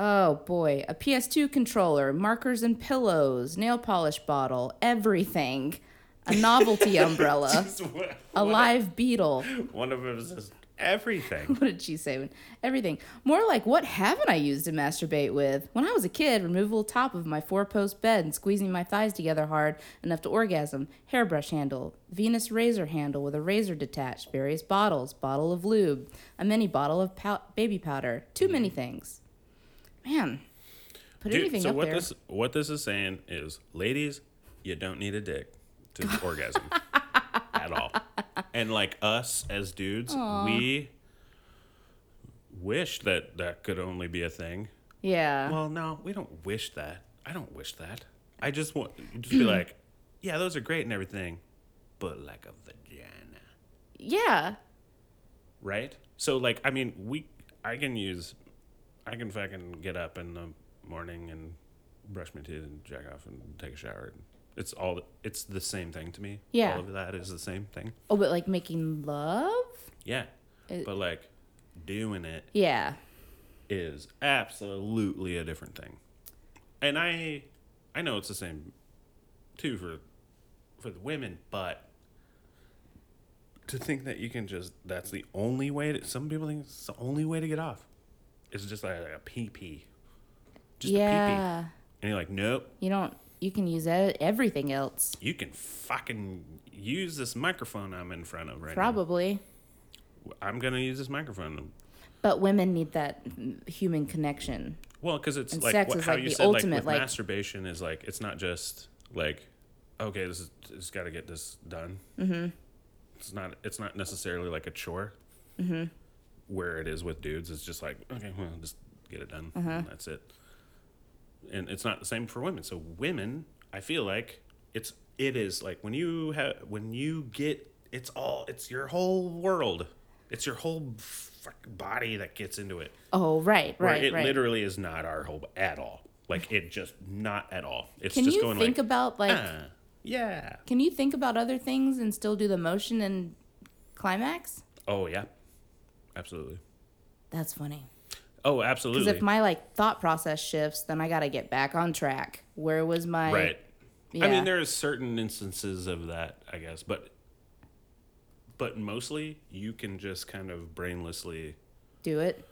S1: Oh boy, a PS2 controller, markers and pillows, nail polish bottle, everything, a novelty umbrella,
S2: What-
S1: a
S2: what-
S1: live beetle.
S2: One of them is just everything.
S1: [laughs] What did she say? Everything. More like, what haven't I used to masturbate with? When I was a kid, removable top of my four post bed and squeezing my thighs together hard enough to orgasm, hairbrush handle, Venus razor handle with a razor detached, various bottles, bottle of lube, a mini bottle of pow- baby powder, too many things. Man,
S2: Mm-hmm.
S1: put
S2: Dude,
S1: anything
S2: so
S1: up
S2: what
S1: there.
S2: this what this is saying is, ladies, you don't need a dick to orgasm at all. And like us as dudes, we wish that that could only be a thing.
S1: yeah.
S2: Well, no, we don't wish that. I don't wish that. I just want just be like, yeah, those are great and everything, but like a vagina,
S1: yeah.
S2: right? So like, I mean, we, I can use, I can fucking get up in the morning and brush my teeth and jack off and take a shower. It's all, it's the same thing to me.
S1: Yeah.
S2: all of that is the same thing.
S1: Oh, but like making love?
S2: Yeah, but like, doing it
S1: Yeah.
S2: is absolutely a different thing. And I I know it's the same too for for the women, but to think that you can just that's the only way to some people think it's the only way to get off. It's just like a pee pee. Just a pee pee.
S1: yeah.
S2: And you're like, nope,
S1: You don't You can use e- everything else.
S2: You can fucking use this microphone I'm in front of right
S1: Probably.
S2: now. I'm gonna use this microphone.
S1: But women need that mm, human connection.
S2: Well, because it's
S1: And
S2: like
S1: sex
S2: what,
S1: is,
S2: how
S1: like,
S2: you
S1: the
S2: said, like
S1: ultimate,
S2: with
S1: like-
S2: masturbation is like it's not just like okay, this is just got to get this done. Mm-hmm. It's not. It's not necessarily like a chore. Mm-hmm. Where it is with dudes, it's just like okay, well, just get it done.
S1: Uh-huh.
S2: And that's it. And it's not the same for women. So women, I feel like it's it is like when you have when you get it's all it's your whole world. It's your whole fucking body that gets into it
S1: Oh, right,
S2: where
S1: right,
S2: it
S1: right.
S2: literally is not our hope at all. Like it just not at all. It's
S1: Can
S2: just
S1: you
S2: going
S1: think
S2: like,
S1: about like
S2: "Uh, yeah.
S1: can you think about other things and still do the motion and climax?
S2: Oh yeah, absolutely.
S1: That's funny.
S2: Oh,
S1: Cuz
S2: absolutely.
S1: if my like thought process shifts, then I got to get back on track. Where was my
S2: right. I
S1: Yeah.
S2: mean, there is certain instances of that, I guess, but but mostly you can just kind of brainlessly
S1: do it?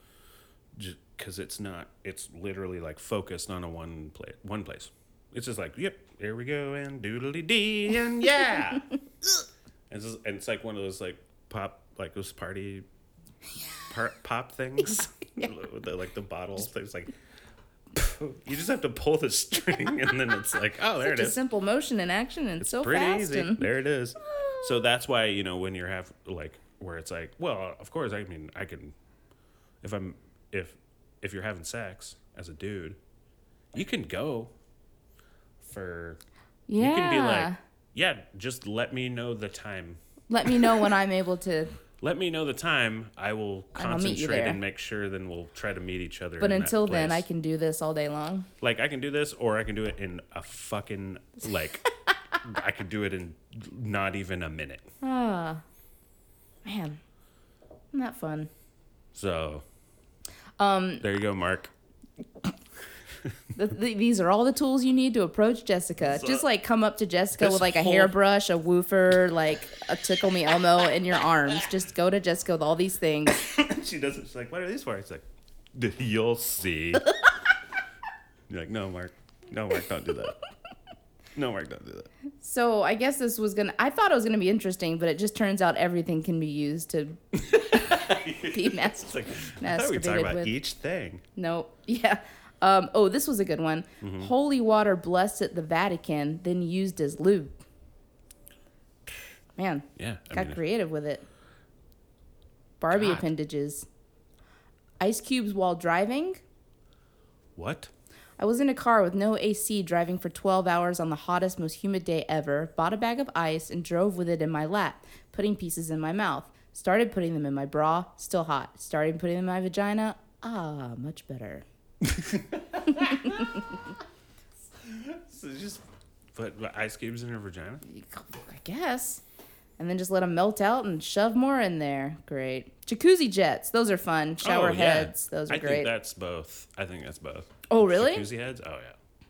S2: because it's not it's literally like focused on a one place one place it's just like yep here we go and doodly dee and yeah and, it's just- and it's like one of those like pop like those party par- pop things With the, like the bottle things like [laughs] you just have to pull the string and then it's like oh there
S1: Such
S2: it
S1: a
S2: is
S1: simple motion and action and so fast and
S2: there it
S1: [laughs]
S2: is. So that's why you know when you're half like where it's like, well, of course, I mean, I can, if I'm if if you're having sex as a dude, you can go for
S1: yeah.
S2: you can be like, yeah, just let me know the time.
S1: Let me know when I'm
S2: [laughs]
S1: able to
S2: Let me know the time. I will
S1: I'll meet you
S2: concentrate
S1: there.
S2: and make sure. Then we'll try to meet each other.
S1: but
S2: in that
S1: until then I
S2: place.
S1: can do this all day long.
S2: like I can do this, or I can do it in a fucking
S1: [laughs]
S2: like. I could do it in not even a minute.
S1: Ah. Man. Isn't that fun?
S2: So
S1: Um
S2: There you go, Mark.
S1: The, the, these are all the tools you need to approach Jessica.
S2: So-
S1: Just like come up to Jessica
S2: This
S1: with like a
S2: whole-
S1: hairbrush, a woofer, like a tickle me Elmo in your arms. Just go to Jessica with all these things.
S2: [coughs] she doesn't. She's like, "What are these for?" It's like, "D- [laughs] "You'll [laughs] see." You're like, "No, Mark. No, Mark, don't do that. No, Mark, don't do that."
S1: So I guess this was gonna. I thought it was gonna be interesting, but it just turns out everything can be
S2: [laughs]
S1: used to be
S2: It's
S1: [laughs] master.
S2: like, I thought we were
S1: Masturbated
S2: talking about
S1: with-
S2: each thing.
S1: No, yeah. Um, oh, this was a good one.
S2: Mm-hmm.
S1: Holy water blessed at the Vatican, then used as lube. Man,
S2: Yeah, I
S1: Got
S2: mean,
S1: creative with it. Barbie
S2: God.
S1: appendages. Ice cubes while driving.
S2: what?
S1: I was in a car with no AC driving for 12 hours on the hottest, most humid day ever, bought a bag of ice, and drove with it in my lap, putting pieces in my mouth. Started putting them in my bra, still hot. Started putting them in my vagina. Ah, much better.
S2: So you just put what, ice cubes in her vagina.
S1: I guess. And then just let them melt out and shove more in there. Great. Jacuzzi jets. Those are fun. Shower
S2: Oh, yeah.
S1: heads. Those are
S2: I
S1: great.
S2: think that's both. I think that's both.
S1: Oh, really?
S2: Jacuzzi heads. Oh yeah.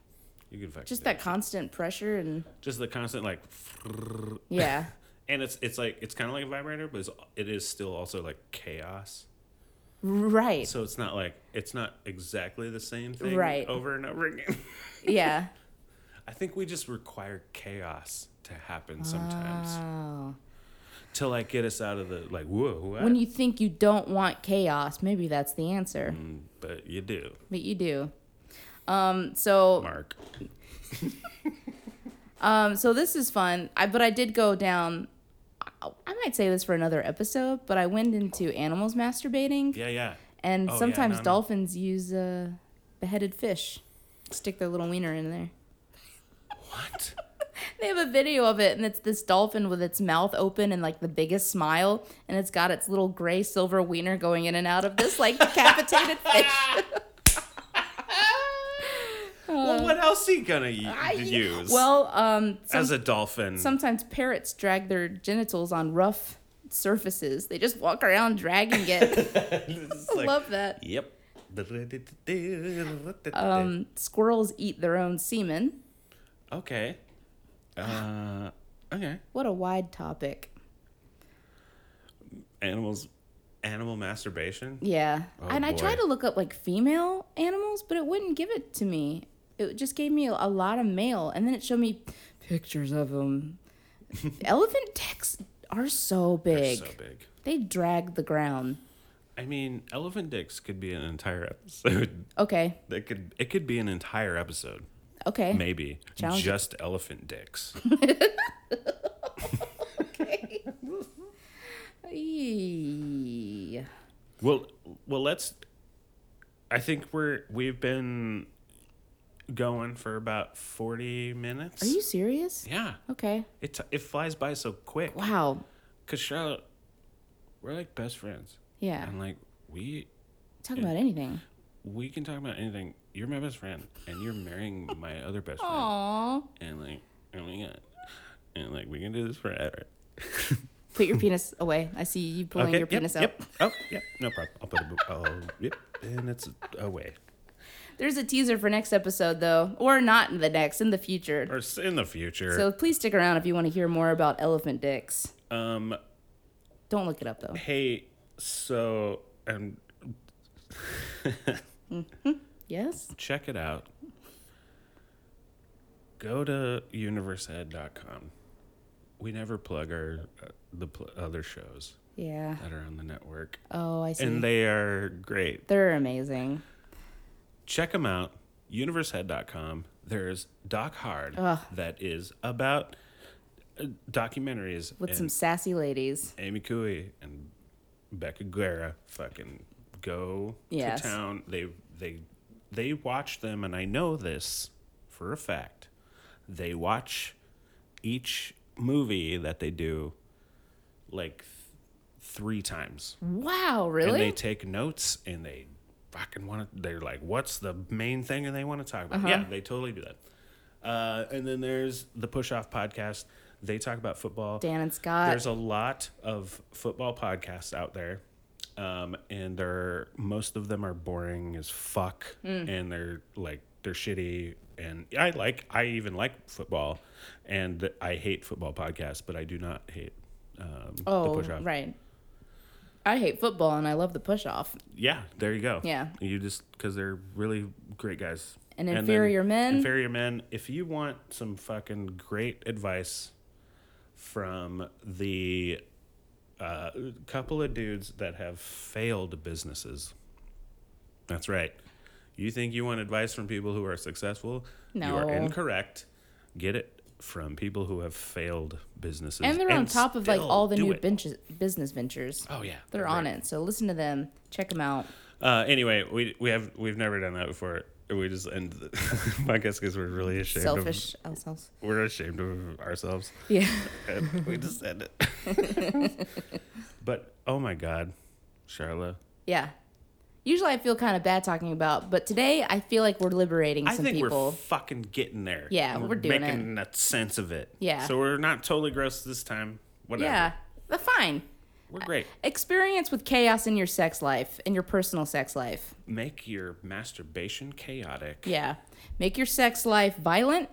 S2: You can fucking
S1: just
S2: do
S1: that constant pressure and
S2: it. Just the constant like, [laughs]
S1: yeah.
S2: and it's it's like it's kind of like a vibrator, but it's, it is still also like chaos.
S1: [laughs] Right.
S2: So it's not like it's not exactly the same thing
S1: Right.
S2: over and over again. [laughs]
S1: Yeah.
S2: I think we just require chaos to happen sometimes
S1: Wow.
S2: to like get us out of the like whoa what?
S1: When you think you don't want chaos, maybe that's the answer.
S2: Mm, but you do,
S1: But you do. Um, so
S2: Mark.
S1: um, so this is fun. I but I did go down I I might say this for another episode, but I went into animals masturbating
S2: Yeah, yeah.
S1: and
S2: Oh, yeah,
S1: sometimes
S2: no, no.
S1: dolphins use uh, beheaded fish. Stick their little wiener in there.
S2: What?
S1: Uh, They have a video of it, and it's this dolphin with its mouth open and like the biggest smile, and it's got its little gray silver wiener going in and out of
S2: [laughs]
S1: this like decapitated fish.
S2: well, what else he gonna y- use?
S1: Well, um, some-
S2: as a dolphin.
S1: sometimes parrots drag their genitals on rough surfaces. They just walk around dragging
S2: [laughs]
S1: it.
S2: [laughs] It's
S1: [laughs] I
S2: like,
S1: love that.
S2: Yep.
S1: Um, squirrels eat their own semen.
S2: okay. Uh, okay.
S1: What a wide topic.
S2: Animals, animal masturbation.
S1: Yeah.
S2: Oh,
S1: and I
S2: boy.
S1: tried to look up like female animals, but it wouldn't give it to me. It just gave me a, a lot of mail, and then it showed me pictures
S2: [laughs]
S1: of them. Elephant dicks are so
S2: They're
S1: big.
S2: so big.
S1: They drag the ground.
S2: I mean, elephant dicks could be an entire episode. [laughs]
S1: Okay.
S2: That could it could be an entire episode,
S1: Okay.
S2: maybe
S1: Challenge it.
S2: just elephant dicks.
S1: Eee.
S2: Well, well, let's. I think we're we've been going for about forty minutes.
S1: Are you serious?
S2: Yeah,
S1: Okay.
S2: it it flies by so quick.
S1: Wow.
S2: Cause Charlotte, we're like best friends,
S1: Yeah.
S2: and like we
S1: Talk about anything.
S2: we can talk about anything. You're my best friend, and you're marrying my other best friend,
S1: Aww.
S2: and like, oh my god, and like we can do this forever.
S1: Put your
S2: [laughs]
S1: penis away. I see you pulling your
S2: yep,
S1: penis out.
S2: yep. Oh, yep. No problem. I'll put it. Oh, yep. And it's away.
S1: There's a teaser for next episode, though, or not in the next, in the future.
S2: Or s- in the future.
S1: So please stick around if you want to hear more about elephant dicks.
S2: um.
S1: Don't look it up, though.
S2: Hey, so um,
S1: Yes?
S2: check it out. Go to universehead.com. We never plug our uh, the pl- other shows
S1: Yeah.
S2: that are on the network,
S1: Oh, I see.
S2: and they are great.
S1: They're amazing.
S2: Check them out. Universehead.com. There's Doc Hard
S1: Ugh.
S2: that is about uh, documentaries
S1: With
S2: and
S1: some sassy ladies.
S2: Amy Cooey and Becca Guerra fucking go
S1: Yes.
S2: to town. They they they watch them, and I know this for a fact. They watch each movie that they do like th- three times,
S1: Wow,
S2: and they
S1: really?
S2: take notes, and they fucking want to. They're like, "What's the main thing?" And they want to talk
S1: Uh-huh.
S2: about. it. Yeah, they totally do that. Uh, and then there's the Push Off podcast. They talk about football
S1: Dan and Scott.
S2: there's a lot of football podcasts out there um, and they're most of them are boring as fuck
S1: Mm.
S2: and they're like they're shitty and i like i even like football and i hate football podcasts but i do not hate um, the
S1: oh,
S2: push off
S1: right. I hate football and I love the push off.
S2: yeah there you go
S1: Yeah.
S2: you just because they're really great guys
S1: And
S2: then
S1: Inferior Men.
S2: inferior men if you want some fucking great advice from the uh, couple of dudes that have failed businesses that's right you think you want advice from people who are successful you
S1: No.
S2: are incorrect get it from people who have failed businesses
S1: And they're on top of like
S2: still
S1: all the
S2: do
S1: new
S2: it.
S1: benches, business ventures.
S2: oh yeah
S1: They're
S2: right.
S1: on it. So listen to them. Check them out.
S2: Uh, anyway, we we have we've never done that before. We just end the [laughs] podcast because we're really ashamed.
S1: Selfish ourselves.
S2: Of, we're ashamed of ourselves.
S1: Yeah. [laughs]
S2: And we just end it. but oh my God, Charla,
S1: Yeah. Usually I feel kind of bad talking about, but today I feel like we're liberating
S2: I
S1: some
S2: think we're
S1: people.
S2: fucking getting there.
S1: Yeah,
S2: And
S1: we're doing it.
S2: making a sense of it.
S1: Yeah.
S2: So we're not totally gross this time. Whatever.
S1: yeah. But fine.
S2: We're great.
S1: Experience with chaos in your sex life, in your personal sex life.
S2: Make your masturbation chaotic.
S1: Yeah. Make your sex life violent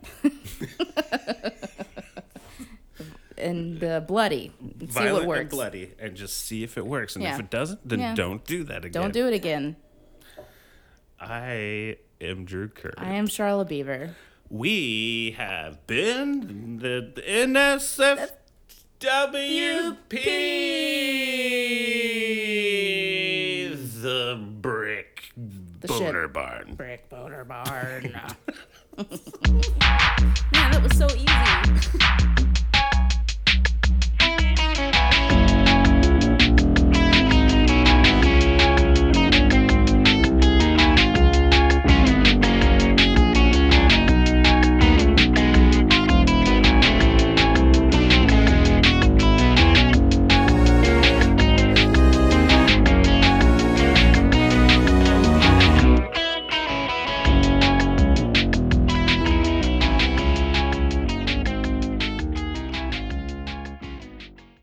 S1: [laughs] and uh, bloody. And see
S2: Violent
S1: what
S2: and
S1: works.
S2: bloody, and just see if it works. And
S1: Yeah.
S2: if it doesn't, then
S1: Yeah.
S2: don't do that again.
S1: Don't do it again.
S2: I am Drew Curry.
S1: I am Charlotte Beaver.
S2: We have been the NSFWP, the brick
S1: shit.
S2: boner barn.
S1: Brick [laughs] Boner Barn. Man, that was so easy.